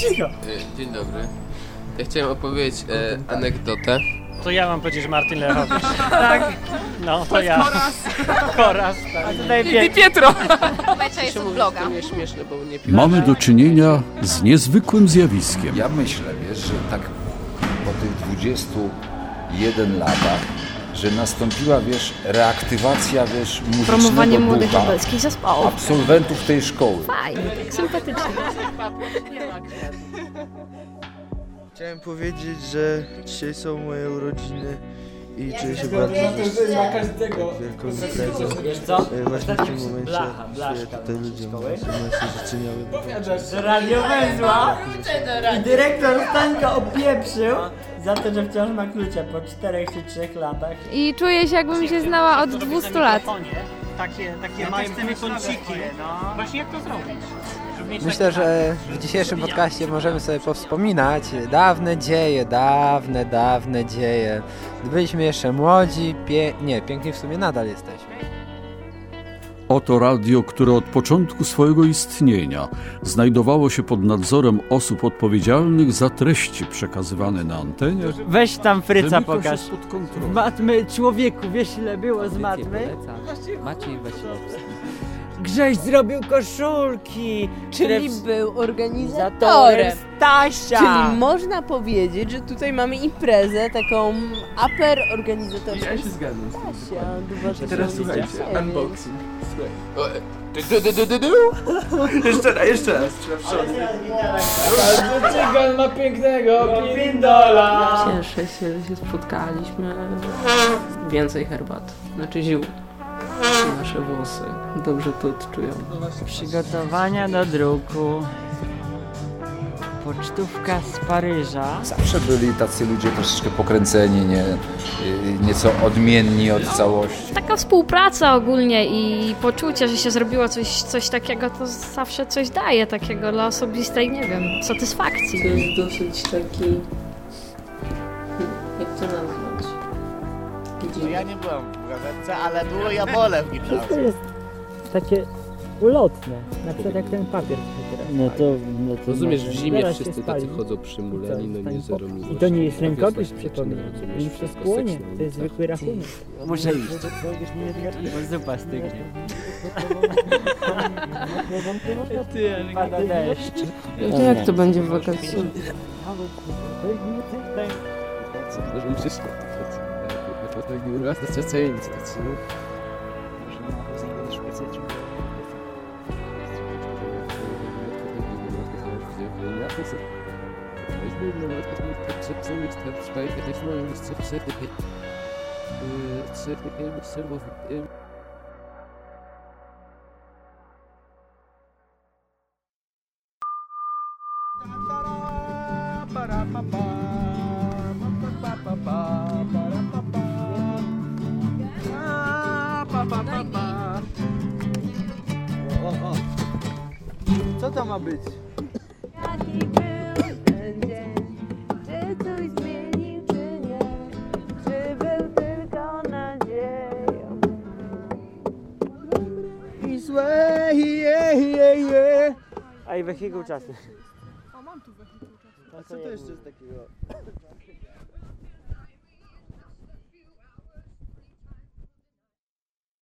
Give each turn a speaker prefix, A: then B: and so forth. A: Cicho.
B: E, Dzień dobry. Ja chciałem opowiedzieć e, anegdotę.
C: To ja mam powiedzieć Martin Lechowicz. tak. No, to ja. Koras. Koras, tak. Tutaj
D: I Pietro.
E: Becia jest od bloga.
B: Nie śmieszne, bo nie piłem.
F: Mamy do czynienia z niezwykłym zjawiskiem.
G: Ja myślę, wiesz, że tak po tych 21 latach, że nastąpiła, wiesz, reaktywacja, wiesz, muzycznego
H: Promowanie
G: ducha
H: młodych lubelskich zespołów.
G: absolwentów tej szkoły.
H: Fajnie, tak sympatycznie.
I: Chciałem powiedzieć, że dzisiaj są moje urodziny i czuję się bardzo Tak,
A: Dla każdego.
I: wielką imprezą.
C: Wiesz co?
I: E, Właśnie w tym momencie
C: Blacha, no, blaszka
I: pasuję tutaj ludziom,
C: szkoły.
I: że moje życzenia będą
A: Z radiowęzła i dyrektor Stańka opieprzył za to, że wciąż ma klucze po 4 czy 3 latach.
D: I czuję się jakbym się znała od 200 lat.
C: Takie, takie ja małe kąciki. No. Właśnie jak to zrobić? Żeby mieć
J: Myślę,
C: taki-
J: że w dzisiejszym podcaście możemy sobie powspominać dawne dzieje, dawne, dawne dzieje. Gdy Byliśmy jeszcze młodzi, pie... nie, piękni w sumie nadal jesteśmy.
F: Oto radio, które od początku swojego istnienia znajdowało się pod nadzorem osób odpowiedzialnych za treści przekazywane na antenie.
K: Weź tam fryca
F: Wymyka się
K: pokaż.
F: spod kontroli.
K: Matmy, człowieku, wiesz ile było z matmy?
J: Maciej Wasilowski.
K: Grześ zrobił koszulki.
D: Czyli
K: Krew-
D: był
K: Zatorem
D: organizatorem. Tak.
K: Stasia.
D: Czyli można powiedzieć, że tutaj mamy imprezę taką aper organizatorską.
B: Ja się zgadzam z tym.
D: Stasia, dużo
B: Teraz
D: się
B: słuchajcie,
D: dzieje.
B: unboxing. Słuchaj. O, e, du, du, du, du, du, du. Jeszcze raz, jeszcze raz. trzeba w przód.
A: Cygan ma pięknego pindola.
D: Cieszę się, że się spotkaliśmy. Więcej herbat, znaczy ziół. Nasze włosy dobrze to odczują.
K: Przygotowania do druku. Pocztówka z Paryża.
G: Zawsze byli tacy ludzie troszeczkę pokręceni, nie, y, nieco odmienni od całości.
H: Taka współpraca ogólnie i poczucie, że się zrobiło coś, coś takiego, to zawsze coś daje takiego dla osobistej, nie wiem, satysfakcji.
D: To jest dosyć taki... Jak to nazwać? Dziwny.
I: nie byłem w gazetce, ale było jabole w
K: To jest takie ulotne. Na przykład jak ten papier. No to, no to
B: Rozumiesz, w zimie wszyscy tacy chodzą przymuleni, no nie zero miłości.
K: I to nie jest
B: Prawie
K: rękopis,
B: znak
K: przypomnę.
B: zaczyna rozumieć
K: Liczy
B: wszystko
K: skłonie.
B: seksualnie,
K: To jest
B: tak.
K: zwykły rachunek. Muszę No iść. Bo zupa stygnie. Pada deszcz.
D: No to jak to będzie w wakacje?
B: Może mi się szkoda.
G: Э,
B: To tak nie uraz, to co ja nic tak sobie. y,
I: Co to ma być? I złe, i je, i je, i je.
K: A i wehikuł czasu.
I: A co to jeszcze jest takiego?